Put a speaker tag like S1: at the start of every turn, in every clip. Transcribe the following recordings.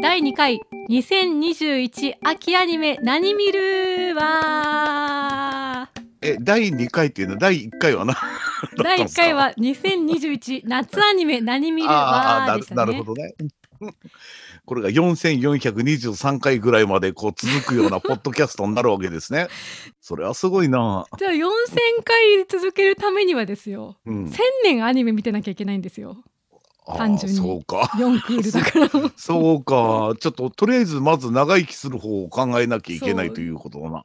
S1: 第2回2021秋アニメ何見るは
S2: え、第2回っていうのは、第1回はな。
S1: 第1回
S2: だっ
S1: は2021夏アニメ何見
S2: たんです
S1: る
S2: か。あ
S1: はでした
S2: あー、ななる
S1: ね。
S2: ほどね。 これが4423回ぐらいまでこう続くようなポッドキャストになるわけです ね。それはすごいな。
S1: じゃあ4000回続けるためにはですよ
S2: うん
S1: 1000。年アニメ見てなきゃいけないんですよ
S2: あ
S1: 単
S2: ー
S1: 純に
S2: そうか。
S1: 4クールだから。
S2: そう か。ちょっととりあえずまず長生きする方を考えなきゃいけない
S1: そう
S2: ということだな。あー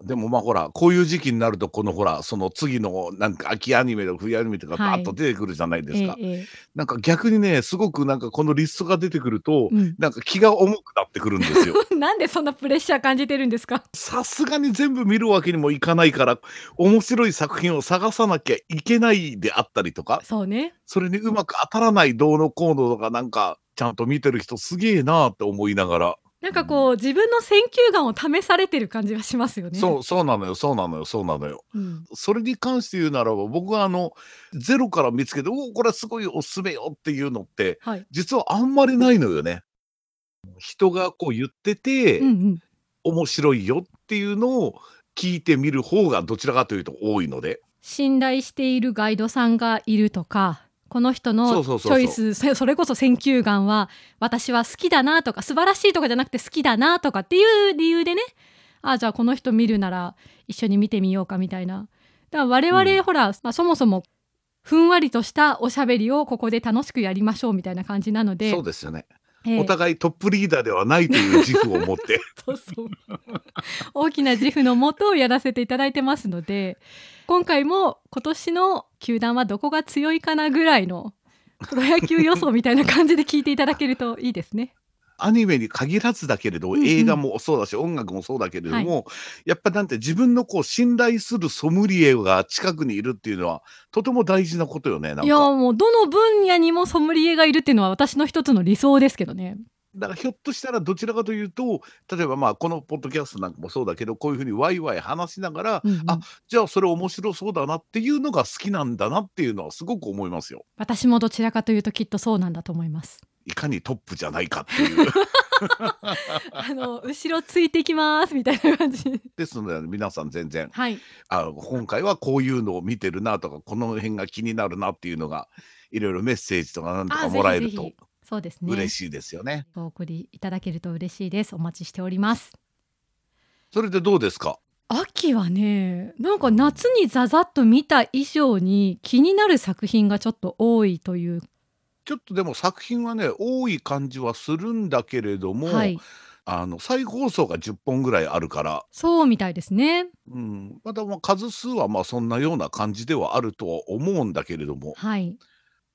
S2: でもまあほらこういう時期になるとこのほらその次のなんか秋アニメとか冬アニメとか
S1: はい
S2: バーッと出てくるじゃないですか。
S1: ええ ええ
S2: なんか逆にねすごくなんかこのリストが出てくると、
S1: うん
S2: なんか気が重くなってくるん ですよ。
S1: なんでそんなプレッシャー感じてるんですか
S2: さすがに全部見るわけにもいかないから面白い作品を探さなきゃいけないであったりとか
S1: そうね
S2: それにうまく当たらないどうのこうのとかなんかちゃんと見てる人すげえなーって思いながら、
S1: なんかこう自分の選球眼を試されてる感じはしますよね
S2: そうそうなのよそうなのよそうなのよ。
S1: う、ん、
S2: それに関して言うならば僕はあのゼロから見つけて「おおこれはすごいおすすめよ」っていうのって
S1: はい、
S2: 実はあんまりないのよね。人がこう言ってて、
S1: うんうん、
S2: 面白いよっていうのを聞いてみる方がどちらかというと多いので
S1: 信頼しているガイドさんがいるとかこの人
S2: そ
S1: のチ
S2: うそうそうそう
S1: ョイスそそれこそ選球眼は私は好きだなとか素晴らしいとかじゃなくて好きだなとかっていう理由でねあじゃあこの人見るなら一緒に見てみようかみたいなだから我々、
S2: うん
S1: ほら、まあ、そもそもふんわりとしたおしゃべりをここで楽しくやりましょうみたいな感じなので
S2: そうですよね、
S1: ええ
S2: お互いトップリーダーではないという自負を持って
S1: そうそう大きな自負のもとをやらせていただいてますので今回も今年の球団はどこが強いかなぐらいのプロ野球予想みたいな感じで聞いていただけるといいですね。
S2: アニメに限らずだけれど
S1: んうん
S2: 映画もそうだし、音楽もそうだけれども、やっぱなんて自分のこう信頼するソムリエが近くにいるっていうのはとても大事なことよねなん
S1: いや
S2: か
S1: もうどの分野にもソムリエがいるっていうのは私の一つの理想ですけどね。
S2: だからひょっとしたらどちらかというと例えばまあこのポッドキャストなんかもそうだけどこういうふうにワイワイ話しながら、
S1: うんうん
S2: あじゃあそれ面白そうだなっていうのが好きなんだなっていうのはすごく思いますよ。
S1: 私もどちらかというときっとそうなんだと思い ます。
S2: いかにトップじゃないかっていう。
S1: あの後ろついていきますみたいな感じ。
S2: ですので皆さん全然
S1: はい。
S2: あ今回はこういうのを見てるなとかこの辺が気になるなっていうのがいろいろメッセージとかなんとか
S1: あ
S2: もらえる
S1: ぜひぜ
S2: と
S1: ひそうですね。
S2: 嬉しいですよね。
S1: お送りいただけると嬉しいです。お待ちしております。
S2: それでどうですか
S1: 秋はねなんか夏にザザッと見た以上に気になる作品がちょっと多いという
S2: ちょっとでも作品はね多い感じはするんだけれども、
S1: はい
S2: あの再放送が10本ぐらいあるから、
S1: そうみたいですね
S2: うん、まだまあ数数はまあそんなような感じではあるとは思うんだけれども
S1: はい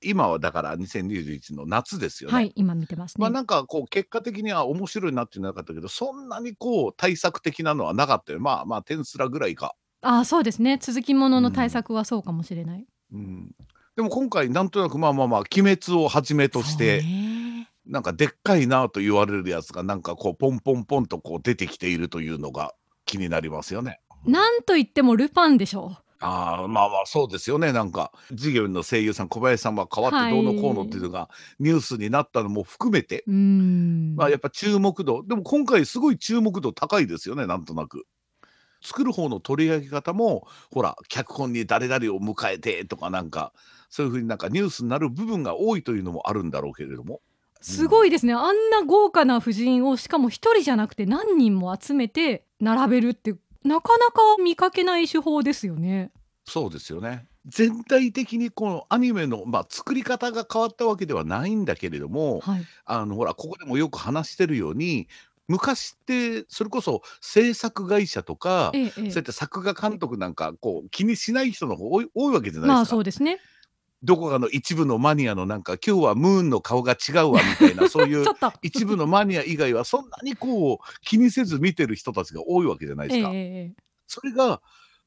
S2: 今はだから2021の夏ですよね。
S1: はい今見てます
S2: まあ
S1: ね、
S2: なんかこう結果的には面白いなっていうのはなかったけどそんなにこう対策的なのはなかったよまあまあテンスラぐらいか、
S1: ああそうですね続きものの対策はそうかもしれない、
S2: うん、でも今回なんとなくまあまあまあ「鬼滅」をはじめとして、
S1: そうね
S2: なんかでっかいなと言われるやつがなんかこうポンポンポンとこう出てきているというのが気になりますよね。
S1: なんといってもルパンでしょ
S2: あーまあまあそうですよねなんか事業の声優さん小林さんは変わってどうのこうのっていうのがニュースになったのも含めて、
S1: ううーん、
S2: まあやっぱ注目度でも今回すごい注目度高いですよねなんとなく。作る方の取り上げ方もほら脚本に誰々を迎えてとかなんかそういうふうになんかニュースになる部分が多いというのもあるんだろうけれども
S1: すごいですねあんな豪華な婦人をしかも一人じゃなくて何人も集めて並べるってなかなか見かけない手法ですよね
S2: そうですよね全体的にこのアニメの、まあ、作り方が変わったわけではないんだけれども
S1: はい
S2: あのほらここでもよく話してるように昔ってそれこそ制作会社とか
S1: ええええ
S2: そうやって作画監督なんかこう気にしない人の方が多い多いわけじゃないですか。
S1: まあそうですね
S2: どこかの一部のマニアのなんか今日はムーンの顔が違うわみ たいなそうい
S1: ち
S2: う
S1: ょっと
S2: 一部のマニア以外はそんなにこう気にせず見てる人たちが多いわけじゃないで
S1: え
S2: す
S1: え
S2: か。
S1: ええ
S2: それが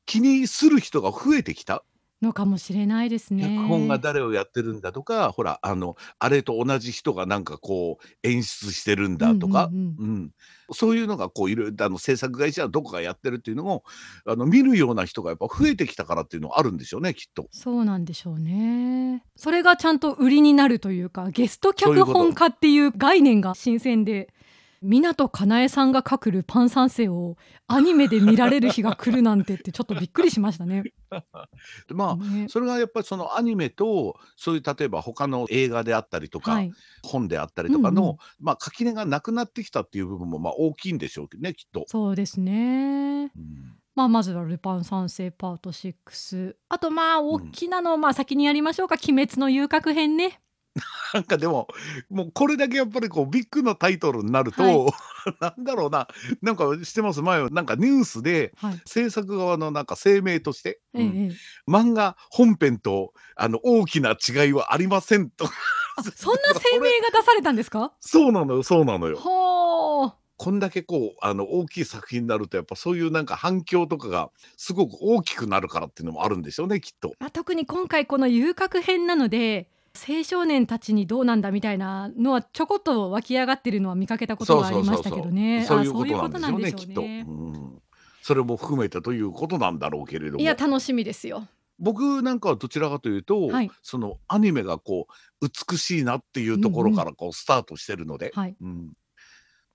S2: 気にする人が増えてきた
S1: のかもしれないです
S2: 脚本が
S1: ね。
S2: 誰をやってるんだとかほらあのあれと同じ人がなんかこう演出してるん
S1: うんう
S2: だとか、
S1: ん
S2: うん、そういうのがこういろいろあの制作会社はどこがやってるっていうのをあの見るような人がやっぱ増えてきたからっていうのはあるんでしょうねきっと。
S1: そうなんでしょうね。それがちゃんと売りになるというかゲスト
S2: そうい
S1: 脚
S2: うこと。
S1: 本家っていう概念が新鮮で湊かなえさんが書くルパン三世をアニメで見られる日が来るなんてってちょっとびっくりしましたね。
S2: で まあ
S1: ね
S2: それがやっぱりそのアニメとそういう例えば他の映画であったりと
S1: は
S2: か
S1: い、
S2: 本であったり
S1: う
S2: と
S1: ん
S2: か
S1: う
S2: の、
S1: ん、
S2: まあ、垣根がなくなってきたっていう部分もまあ大きいんでしょうけどねきっと。
S1: そうですね。
S2: うん
S1: まあ、まずは「ルパン三世パート6」あとまあ
S2: う
S1: 大
S2: ん
S1: きなのまあ先にやりましょうか「鬼滅の遊郭編ね」
S2: なんかでももうこれだけやっぱりこうビッグなタイトルになる
S1: はい
S2: と なんだろうななんかしてます前なんかニュースで
S1: はい
S2: 制作側のなんか声明として、
S1: え
S2: うん、
S1: えええ
S2: 漫画本編とあの大きな違いはありませんと
S1: あそんな
S2: こ
S1: 声
S2: れ
S1: 明が出されたんですか
S2: そうなのよそうなのよ。
S1: ほう
S2: こんだけこうあの大きい作品になるとやっぱそういうなんか反響とかがすごく大きくなるからっていうのもあるんでしょうねきっと。
S1: まあ、特に今回この遊郭編なので青少年たちにどうなんだみたいなのはちょこっと湧き上がってるのは見かけたこと
S2: そう
S1: はあ
S2: そ
S1: り
S2: う
S1: ま
S2: そ
S1: した
S2: う
S1: けど
S2: そう。
S1: ね
S2: そう
S1: あ
S2: いう
S1: そ
S2: こ
S1: ういう
S2: とな
S1: こ
S2: ん
S1: と
S2: で
S1: なんでしょ
S2: しょうねき
S1: う
S2: っと、
S1: ね
S2: うん。それも含めてということなんだろうけれど
S1: いや
S2: も。
S1: 楽しみですよ
S2: 僕なんかはどちらかというと
S1: はい
S2: そのアニメがこう美しいなっていう
S1: うん
S2: ところ
S1: う
S2: か
S1: ん
S2: らこうスタートしてるので,、
S1: はい
S2: うん、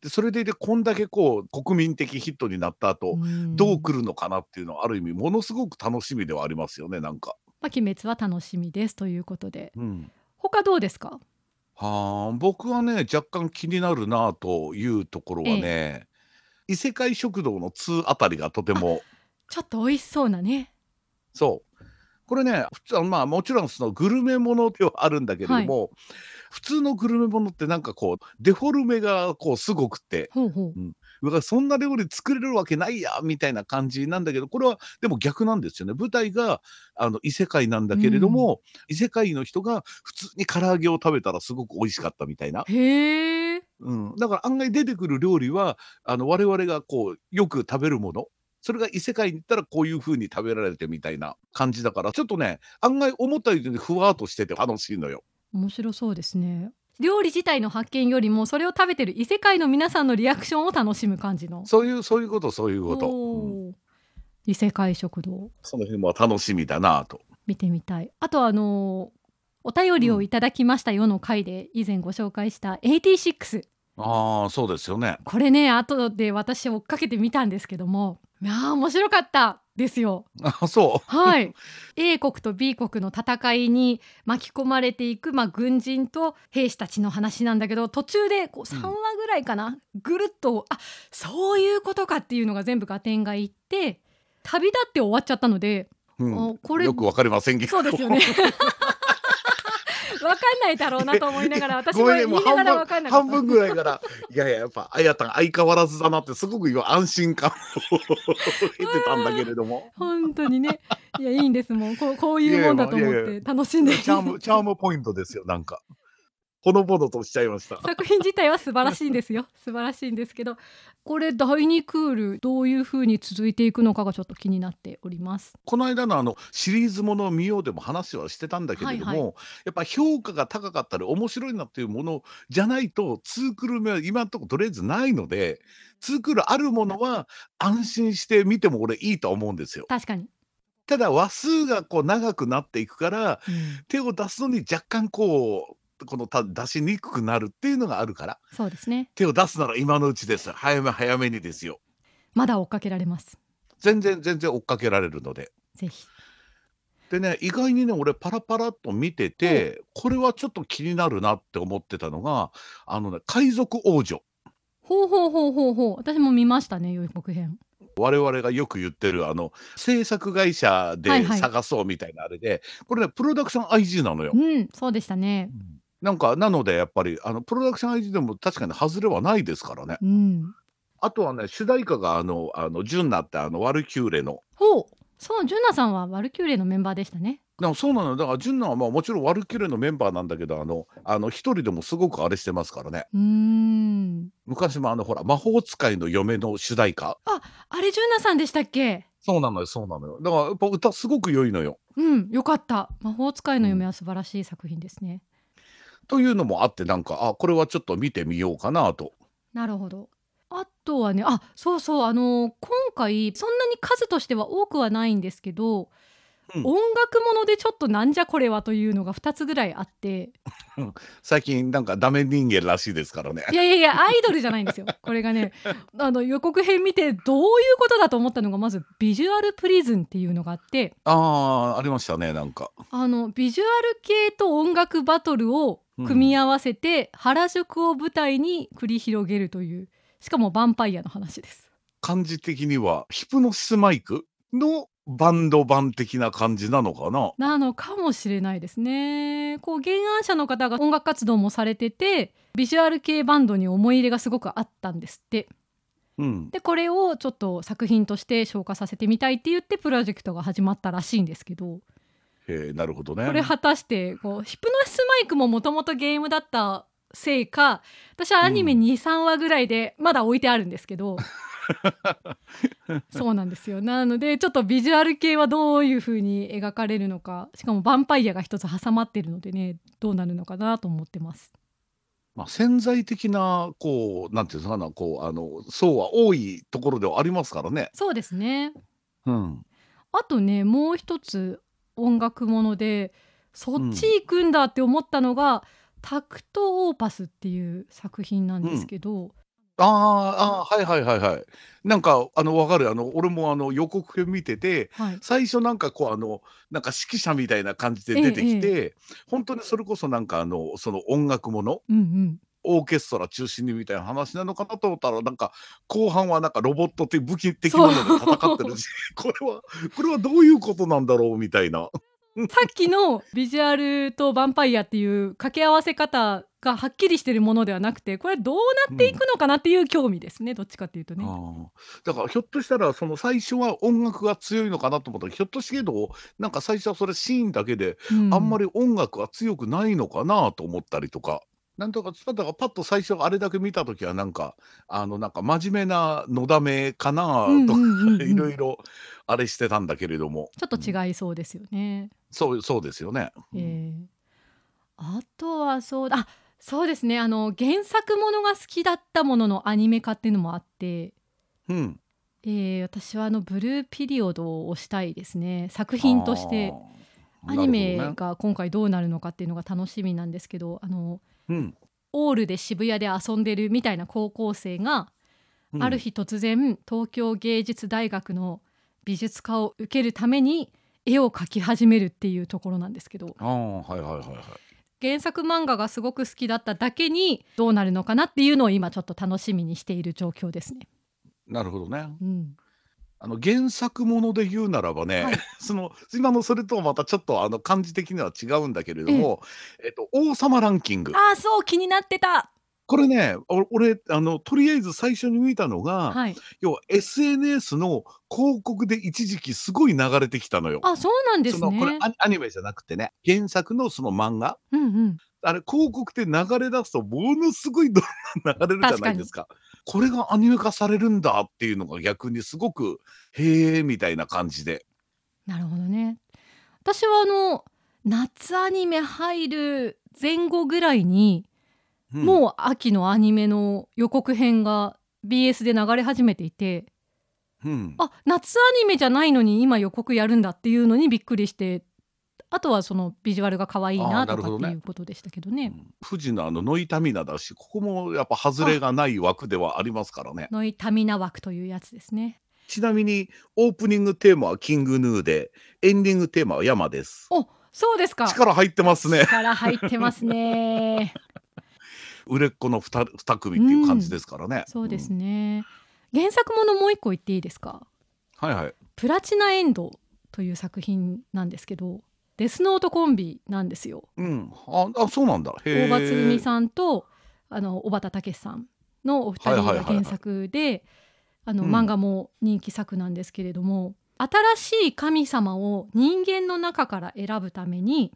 S2: でそれでいてこんだけこう国民的ヒットになった
S1: う
S2: 後どうん来るのかなっていうのはある意味ものすごく楽しみではありますよねなんか。
S1: まあ鬼滅は楽しみですということで
S2: うん
S1: 他どうですか
S2: はあ僕はね若干気になるなというところは
S1: ええ
S2: ね異世界食堂の2あたりがとて
S1: あ
S2: も
S1: ちょっと美味しそうなね
S2: そうこれね普通あのまあもちろんそのグルメものではあるんだけれ
S1: は
S2: ど
S1: い
S2: も普通のグルメものってなんかこうデフォルメがこうすごくて、
S1: ほうほう
S2: うん、うわそんな料理作れるわけないやみたいな感じなんだけどこれはでも逆なんですよね舞台があの異世界なんだ
S1: う
S2: けれど
S1: ん
S2: も異世界の人が普通に唐揚げを食べたらすごく美味しかったみたいな。
S1: へえ
S2: うん、だから案外出てくる料理はあの我々がこうよく食べるものそれが異世界に行ったらこういう風に食べられてみたいな感じだからちょっとね案外思ったよりふわーっとしてて楽しいのよ。
S1: 面白そうですね料理自体の発見よりもそれを食べてる異世界の皆さんのリアクションを楽しむ感じの
S2: そういうそういうことそういうこと、うん、
S1: おー異世界食堂
S2: その辺も楽しみだなと。
S1: 見てみたいあとあのーお便
S2: う
S1: りを
S2: ん、
S1: いただきましたよの回で以前ご紹介した86
S2: ああそうですよね。
S1: これね後で私追っかけてみたんですけどもいやー面白かったですよ
S2: あそう。
S1: はい A 国と B 国の戦いに巻き込まれていく、まあ、軍人と兵士たちの話なんだけど途中でこう
S2: う
S1: 3
S2: ん、
S1: 話ぐらいかなぐるっとあそういうことかっていうのが全部合点がいって旅立って終わっちゃったので
S2: う
S1: あ
S2: ん、
S1: これ
S2: よくわかりませんけ
S1: そうです よね
S2: ど
S1: わかんないだろうなと思いながら私
S2: ご
S1: も
S2: めんねもう
S1: 言いなが
S2: 半
S1: ら
S2: 分
S1: わかんなかっ
S2: 半
S1: た
S2: 分ぐらいからいやいややっぱあやたん相変わらずだなってすごく今安心感を 得てたんだけれども。
S1: 本当にねいやいいんですもんこうこう
S2: い
S1: いう
S2: やい
S1: も
S2: や
S1: んだ
S2: まあ
S1: と
S2: いや
S1: 思
S2: い
S1: っ
S2: や
S1: て楽しんで
S2: チャームチャームポイントですよなんかほのぼのとしちゃいました
S1: 作品自体は素晴らしいんですよ素晴らしいんですけどこれ第2クールどういう風に続いていくのかがちょっと気になっております
S2: この間のあのシリーズものを見ようでも話はしてたんだけ
S1: は
S2: れ
S1: い
S2: ど
S1: はい
S2: もやっぱ評価が高かったり面白いなっていうものじゃないと2クール目は今のところとりあえずないので2クールあるものは安心して見ても俺いいと思うんですよ。
S1: 確かに、
S2: ただ話数がこう長くなっていくから
S1: うん
S2: 手を出すのに若干こうこのた出しにくくなるっていうのがあるから
S1: そうですね
S2: 手を出すなら今のうちです早め早めにですよ
S1: まだ追っかけられます
S2: 全然全然追っかけられるので
S1: ぜひ
S2: でね意外にね俺パラパラっと見て
S1: お
S2: てこれはちょっと気になるなって思ってたのがあのね海賊王女
S1: ほうほうほうほうほう私も見ましたね予告編
S2: 我々がよく言ってるあの制作会社
S1: はい
S2: で
S1: はい
S2: 探そうみたいなあれでこれねプロダクション IG なのよ。
S1: うんそうでしたね
S2: うんなんかなのでやっぱりあのプロダクション IG でも確かに外れはないですからね。
S1: うん
S2: あとはね主題歌があのあの純なってあのワルキューレの
S1: ほうそうジュナさんはワルキューレのメンバーでしたね
S2: でもそうなのよだから純奈はまあもちろんワルキューレのメンバーなんだけどあのあの一人でもすごくあれしてますからね
S1: うーん
S2: 昔もあのほら魔法使いの嫁の主題歌
S1: ああれジュナさんでしたっけ
S2: そうなのよそうなのよだからやっぱ歌すごく良いのよ。
S1: うん、よかった。魔法使いの夢は素晴らしい作品ですね。
S2: というのもあってなんかあこれはちょっと見てみようかなと。
S1: なるほど。あとはね、あ、そうそう、あのー今回そんなに数としては多くはないんですけど、
S2: うん
S1: 音楽ものでちょっとなんじゃこれはというのが2つぐらいあって、
S2: 最近なんかダメ人間らしいですからね。
S1: いやいやいや、アイドルじゃないん ですよ。これがね、あの予告編見てどういうことだと思ったのがまずビジュアルプリズンっていうのがあって、
S2: あーありましたねなんか。
S1: あのビジュアル系と音楽バトルを組み合わせて原宿を舞台に繰り広げるというしかもヴァンパイアの話です
S2: 感じ的にはヒプノシスマイクのバンド版的な感じなのかな。
S1: なのかもしれないですねこう原案者の方が音楽活動もされててビジュアル系バンドに思い入れがすごくあったんですって
S2: うん、
S1: でこれをちょっと作品として消化させてみたいって言ってプロジェクトが始まったらしいんですけど
S2: へーなるほどね。
S1: これ果たしてこうヒプノシスマイクももともとゲームだったせいか私はアニメ
S2: うん
S1: 23話ぐらいでまだ置いてあるんですけ ど、そうなんですよなのでちょっとビジュアル系はどういう風に描かれるのかしかもヴァンパイアが一つ挟まってるのでねどうなるのかなと思ってます。
S2: まあ、潜在的なこうなんていうのかなこうあの層は多いところではありますからね。
S1: そうですね
S2: うん、
S1: あとねもう一つ音楽ものでそっち行くんだって思ったのが「タクト・オーパス」っていう作品なんですけど、
S2: あーあーはいはいはいはい。なんかあのわかるあの俺もあの予告編見てて
S1: はい、
S2: 最初なんかこうあのなんか指揮者みたいな感じで出てきて、
S1: え
S2: 本当にそれこそなんかあのその音楽もの
S1: うんうん
S2: オーケストラ中心にみたいな話なのかなと思ったらなんか後半はなんかロボットっていう武器的なので戦ってるし これはこれはどういうことなんだろうみたいな。
S1: さっきのビジュアルとヴァンパイアっていう掛け合わせ方がはっきりしてるものではなくてこれどうなっていくのかなっていう興味ですね、どっちかっていうとね。
S2: ああだからひょっとしたらその最初は音楽が強いのかなと思ったらひょっとしけどなんか最初はそれシーンだけであんま
S1: り
S2: り音楽は強くないのかなと思ったりとか。なんとかだからパッと最初あれだけ見た時はなんかあのなんか真面目なのだめかなとかい
S1: い
S2: ろいろあれしてたんだけれども
S1: ちょっと違いそうですよね。
S2: そうそうですよね。
S1: えーあとはそうだあそうですねあの原作ものが好きだったもののアニメ化っていうのもあって、
S2: うん、
S1: えー私はあのブルーピリオドを推したいですね作品として。
S2: あー
S1: アニメ
S2: なるほどね
S1: が今回どうなるのかっていうのが楽しみなんですけどあの
S2: うん
S1: オールで渋谷で遊んでるみたいな高校生が、
S2: うん
S1: ある日突然東京芸術大学の美術科を受けるために絵を描き始めるっていうところなんですけど
S2: ああはいはいはいはい。
S1: 原作漫画がすごく好きだっただけにどうなるのかなっていうのを今ちょっと楽しみにしている状況ですね。
S2: なるほどね。
S1: うん、
S2: あの原作もので言うならばね、
S1: はい
S2: その今のそれとはまたちょっとあの感じ的には違うんだけれども、えっと、王様ランキング
S1: ああそう気になってた、
S2: これねお俺あのとりあえず最初に見たのが、
S1: はい、
S2: 要は SNS の広告で一時期すごい流れてきたのよ。
S1: あそうなんです
S2: そのこれ
S1: ね。
S2: アアニメじゃなくてね原作のその漫画
S1: うんうん、
S2: あれ広告で流れ出すとものすごいどんどん流れるじゃないですかこれがアニメ化されるんだっていうのが逆にすごくへえみたいな感じで。
S1: なるほどね私はあの夏アニメ入る前後ぐらいに、
S2: うん
S1: もう秋のアニメの予告編が BS で流れ始めていて
S2: うん、
S1: あ夏アニメじゃないのに今予告やるんだっていうのにびっくりしてあとはそのビジュアルが可愛い
S2: あ
S1: な
S2: ーな
S1: と
S2: る
S1: か
S2: ほど
S1: って
S2: ね
S1: いうことでしたけどね
S2: うん富士のあのノイタミナだしここもやっぱ外れがない枠ではありますからね
S1: ノイタミナ枠というやつですね
S2: ちなみにオープニングテーマはキングヌーでエンディングテーマは山です
S1: おそうですか
S2: 力入ってますね
S1: 力入ってます ね
S2: 売れっ子の 2, 二組っていう感じですからね、
S1: そうです
S2: ね、
S1: ね原作ものもう一個言っていいですか
S2: はいはい
S1: プラチナエンドという作品なんですけどデスノートコンビなんですよ
S2: うんああそうなんだへ
S1: 大
S2: え
S1: 場つぐみさんとあの小畑武さんのお二人
S2: はいはい
S1: が
S2: はいはい
S1: 原作であの
S2: うん
S1: 漫画も人気作なんですけれども、新しい神様を人間の中から選ぶために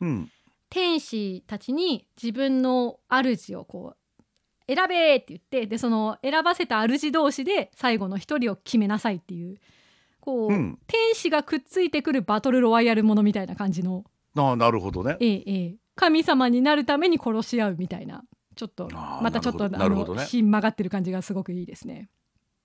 S2: うん
S1: 天使たちに自分の主をこう選べって言ってでその選ばせた主同士で最後の一人を決めなさいっていうこう、
S2: うん
S1: 天使がくっついてくるバトルロワイヤルものみたいな感じの、
S2: ああなるほどね
S1: ええええ神様になるために殺し合うみたいなちょっと
S2: あー
S1: またちょっとあ
S2: なるほどなるほど
S1: の
S2: ね
S1: 芯曲がってる感じがすごくいいですね。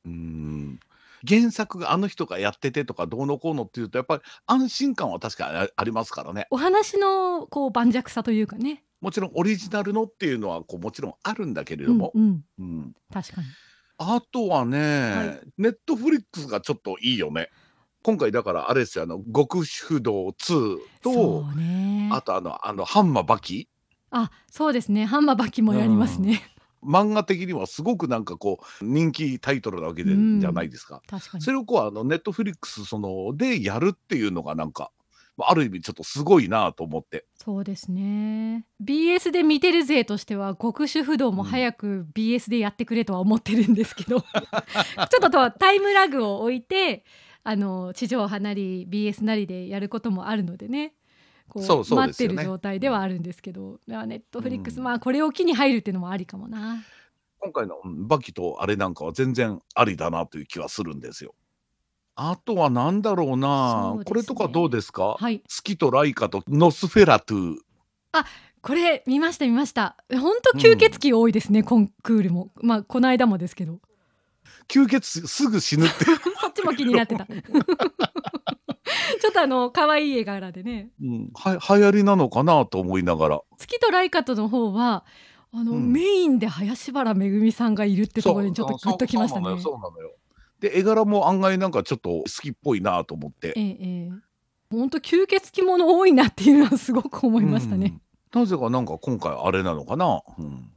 S2: うん原作があの人がやっててとかどうのこうのっていうとやっぱり安心感は確かにあありますからね
S1: お話のこう盤石さというかね。
S2: もちろんオリジナルのっていうのはこうもちろんあるんだけれ
S1: う
S2: ど
S1: ん
S2: も、
S1: うん、
S2: うん
S1: 確かに。
S2: あとはね、
S1: は
S2: ネットフリックスがちょっといいよね今回だからあれですよあの極主道2と
S1: そうね。
S2: あとあのあのハンマーバキ
S1: あ、そうですね。ハンマーバキもやりますね。
S2: 漫画的にはすごくなんかこう人気タイトルなわけで、
S1: うん
S2: じゃないですか。
S1: 確かに
S2: そ。れをこうあのネットフリックスそのでやるっていうのがなんかまあある意味ちょっとすごいなと思って
S1: そうですね。BS で見てる勢としては極主不動も早く BS でやってくれとは思ってるんですけ ど、ちょっととはタイムラグを置いてあの地上波なり BS なりでやることもあるのでね。こ
S2: そうそう
S1: 待
S2: で
S1: っ
S2: す
S1: て
S2: よね
S1: る状態ではあるんですけど、だからネットフリックス、
S2: うん
S1: まあこれを機に入るっていうのもありかもな。
S2: 今回のうんバキとあれなんかは全然ありだなという気はするんですよ。あとは何だろうな
S1: そうですね
S2: これとかどうですか、
S1: はい、
S2: 月とライカとノスフェラトゥ
S1: これ見ました見ました。本当吸血鬼多いですね、コンクールも、まあこの間もですけど、
S2: 吸血すぐ死 ぬって、
S1: そっちも気になってた。ちょっとあの可愛い絵柄でね。
S2: うん、は流行りなのかなと思いながら
S1: 月とライカとの方はあの、
S2: うん
S1: メインで林原めぐみさんがいるってところにちょっとグッときましたね
S2: そう。そうなのよそうなのよで絵柄も案外なんかちょっと好きっぽいなと思って
S1: ええええ本当吸血鬼もの多いなっていうのはすごく思いましたね。
S2: うんなぜかなんか今回あれなのかな、うん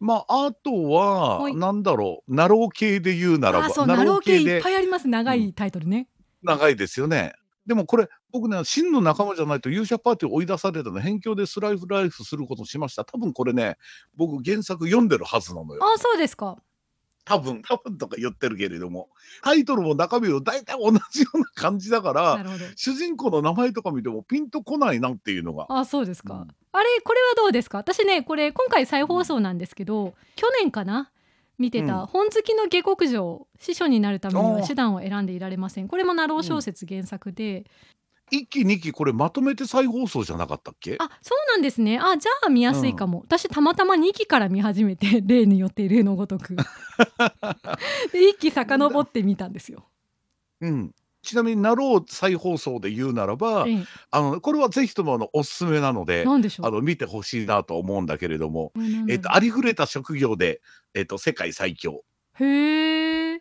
S2: まああと
S1: は
S2: はいなんだろうナロー系で言うならば
S1: あ、そうナロー系いっ
S2: で
S1: ぱいあります長いタイトルね。
S2: 長いですよねでもこれ僕ね真の仲間じゃないと勇者パーティーを追い出されたの辺境でスライフライフすることをしました多分これね僕原作読んでるはずなのよ
S1: あ、そうですか。
S2: 多分多分とか言ってるけれどもタイトルも中身も大体同じような感じだから
S1: なるほど。
S2: 主人公の名前とか見てもピンとこないなっていうのが
S1: あ、そうですか。
S2: うん
S1: あれこれはどうですか。私ねこれ今回再放送なんですけど、去年かな。見てた、
S2: うん
S1: 本好きの下克上司書になるために
S2: あ
S1: は
S2: ー
S1: 手段を選んでいられませんこれもナロー小説原作で、
S2: 一期二期これまとめて再放送じゃなかったっけ
S1: あそうなんですねあじゃあ見やすいかも、私たまたま2期から見始めて 例によって例のごと くで1期遡ってみたんですよ。
S2: うんちなみになろう再放送で言うならば
S1: え
S2: あのこれはぜひともあのおすすめなの
S1: え、
S2: で
S1: なんでしょ
S2: あ
S1: う
S2: の見てほしいなと思うんだけれども、
S1: これなん
S2: え
S1: だ
S2: っと、
S1: ろ
S2: ありふれた職業で、えっと、世界最強
S1: うへえ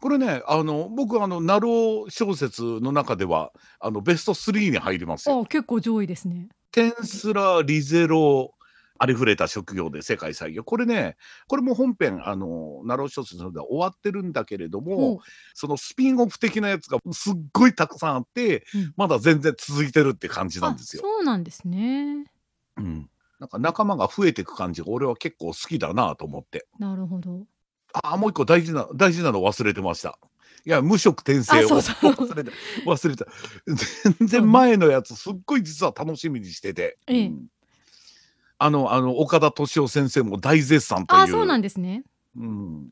S2: これねあの僕あのナロー小説の中ではあのベスト3に入りますよ。
S1: あ結構上位ですね。
S2: テンスラリゼロありふれた職業で世界最強これねこれも本編あのナロー小説の方では終わってるんだけれども、
S1: お
S2: そのスピンオフ的なやつがすっごいたくさんあって、
S1: うん
S2: まだ全然続いてるって感じなん
S1: あ
S2: ですよ。
S1: そうなんですね。
S2: うん、なんか仲間が増えていく感じが俺は結構好きだなと思って
S1: なるほど。
S2: ああもう一個大事な大事なの忘れてました。いや無職転生を
S1: あそうそう
S2: 忘れた忘れた全然前のやつすっごい実は楽しみにしてて、
S1: ええ
S2: うんあのあの岡田敏夫先生も大絶賛という
S1: あそうなんですね。
S2: うん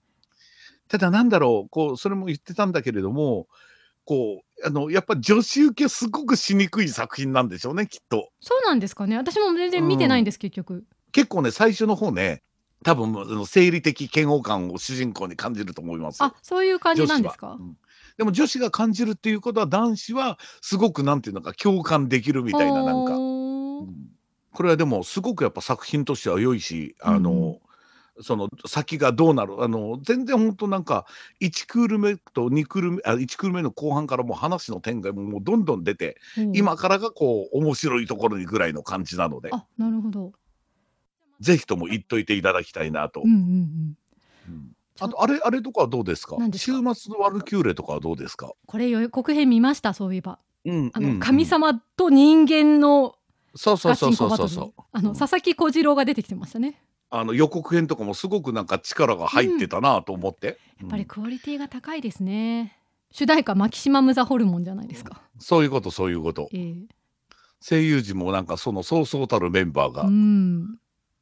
S2: ただなんだろうこうそれも言ってたんだけれどもこうあのやっぱ女子受けすごくしにくい作品なんでしょうねきっと
S1: そうなんですかね。私も全然見てないんです、結局。
S2: 結構ね最初の方ね多分あの生理的嫌悪感を主人公に感じると思います
S1: あそういう感じなんです
S2: 女
S1: か
S2: 子は。うんでも女子が感じるっていうことは男子はすごくなんていうのか共感できるみたいななんか、
S1: ほ
S2: う
S1: ー
S2: んこれはでもすごくやっぱ作品としては良いしあの、その先がどうなるあの全然本当なんか1クール目と2クール目あ1クール目の後半からもう話の展開ももうどんどん出て、
S1: ほう
S2: 今からがこう面白いところにぐらいの感じなので
S1: あなるほど。
S2: ぜひとも言っといていただきたいなと。
S1: うんうんうん。
S2: うん
S1: ちょ
S2: あとあれあれとかはどうですか
S1: 何です
S2: 週
S1: か
S2: 末のワルキューレとかはどうですか、
S1: これ予告編見ましたそういえば。
S2: うん
S1: あの、神様と人間の
S2: そうそう
S1: ガ
S2: そ
S1: チ
S2: う
S1: ン
S2: そ
S1: コ
S2: う
S1: バ
S2: そ
S1: トル
S2: うそう
S1: あの
S2: うん
S1: 佐々木小次郎が出てきてましたね
S2: あの予告編とかもすごくなんか力が入ってたなと思って、
S1: やっぱ
S2: う
S1: り
S2: ん
S1: クオリティが高いですね、主題歌マキシマムザホルモンじゃないですか、
S2: そういうことそういうこと
S1: ええ
S2: 声優陣もなんかそのそうそうたるメンバーが、
S1: う
S2: っ
S1: ん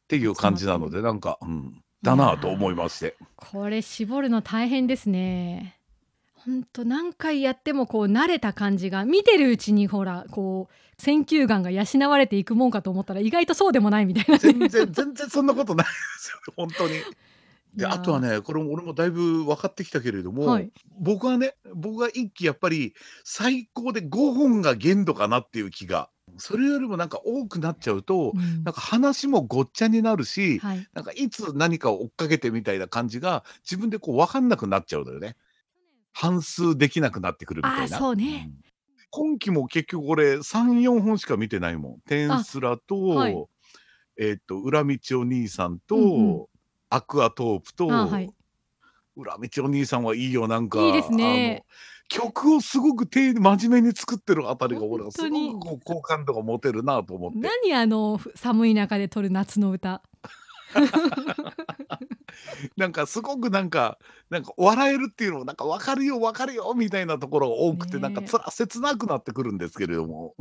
S2: ていう感じなのでなんか、うん、だなと思いまして
S1: これ絞るの大変ですね本当何回やってもこう慣れた感じが見てるうちにほらこう選球眼が養われていくもんかと思ったら意外とそうでもないみたいなね、
S2: 全然全然そんなことないですよ 本当に。
S1: い
S2: で
S1: やー
S2: あとはねこれも俺もだいぶ分かってきたけれども、
S1: はい
S2: 僕はね僕は一期やっぱり最高で5本が限度かなっていう気がそれよりもなんか多くなっちゃうと、
S1: うん
S2: なんか話もごっちゃになるし、
S1: はい、
S2: なんかいつ何かを追っかけてみたいな感じが自分でこう分かんなくなっちゃうのよね。半数できなくなってくるみたい
S1: あ
S2: な。
S1: ーそうね
S2: うん今期も結局これ34本しか見てないもん。テンスラと、
S1: はい
S2: えっ、と裏道お兄さんと、
S1: うんう
S2: アクアトープと、
S1: あーはい
S2: 裏道お兄さんはいいよなんか
S1: いいですね
S2: あの曲をすごく丁寧真面目に作ってるあたりが俺はす
S1: 本当に
S2: ごくこう好感度が持てるなと思って。
S1: 何あのふ寒い中で撮る夏の歌
S2: なんかすごくなんかなんか笑えるっていうのもなんか分かるよ分かるよみたいなところが多くて、
S1: ねえ
S2: なんかつら切なくなってくるんですけれども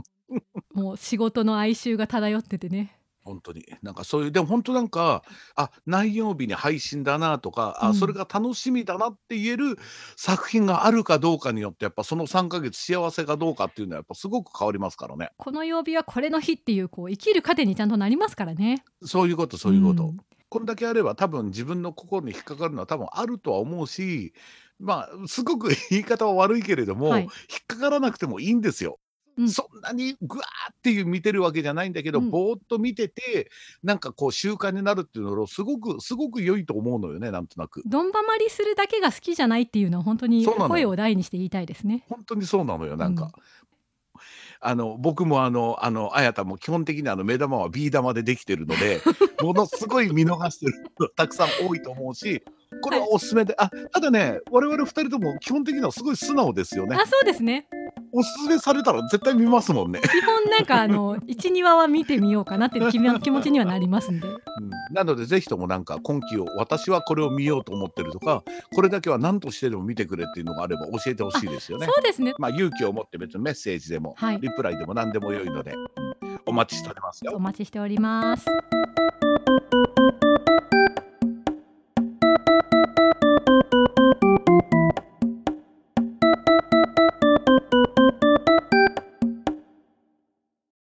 S1: もう仕事の哀愁が漂っててね
S2: 本当になんかそういうでも本当なんかあ何曜日に配信だなとか、
S1: う
S2: あ
S1: ん
S2: それが楽しみだなって言える作品があるかどうかによってやっぱその3ヶ月幸せかどうかっていうのはやっぱすごく変わりますからね
S1: この曜日はこれの日っていうこう生きる糧にちゃんとなりますからね
S2: そういうことそういうこと。
S1: ん
S2: これだけあれば多分自分の心に引っかかるのは多分あるとは思うしまあすごく 言い方は悪いけれども、
S1: はい
S2: 引っかからなくてもいいんですよ。
S1: うん
S2: そんなにぐわーっていう見てるわけじゃないんだけど、
S1: うん
S2: ぼーっと見ててなんかこう習慣になるっていうのをすごくすごく良いと思うのよねなんとなく。
S1: どんばまりするだけが好きじゃないっていうのは本当に
S2: そうなの
S1: 声を大にして言いたいですね
S2: 本当にそうなのよなんか、
S1: うん
S2: あの僕もあのあの綾太も基本的にあの目玉はビー玉でできてる のでものすごい見逃してるのたくさん多いと思うしこれはおすすめで、あただね我々2人とも基本的にはすごい素直ですよね
S1: あそうですね
S2: おすすめされたら絶対見ますもんね、
S1: 基本なんかあ の12話は見てみようかなって気分気持ちにはなりますんで
S2: うんなのでぜひともなんか今期を私はこれを見ようと思ってるとかこれだけは何としてでも見てくれっていうのがあれば教えてほしいですよね
S1: そうですね
S2: まあ勇気を持って別にメッセージでも
S1: はい
S2: リプライでも何でも良いので、うんお待ちしておりますよ
S1: お待ちしております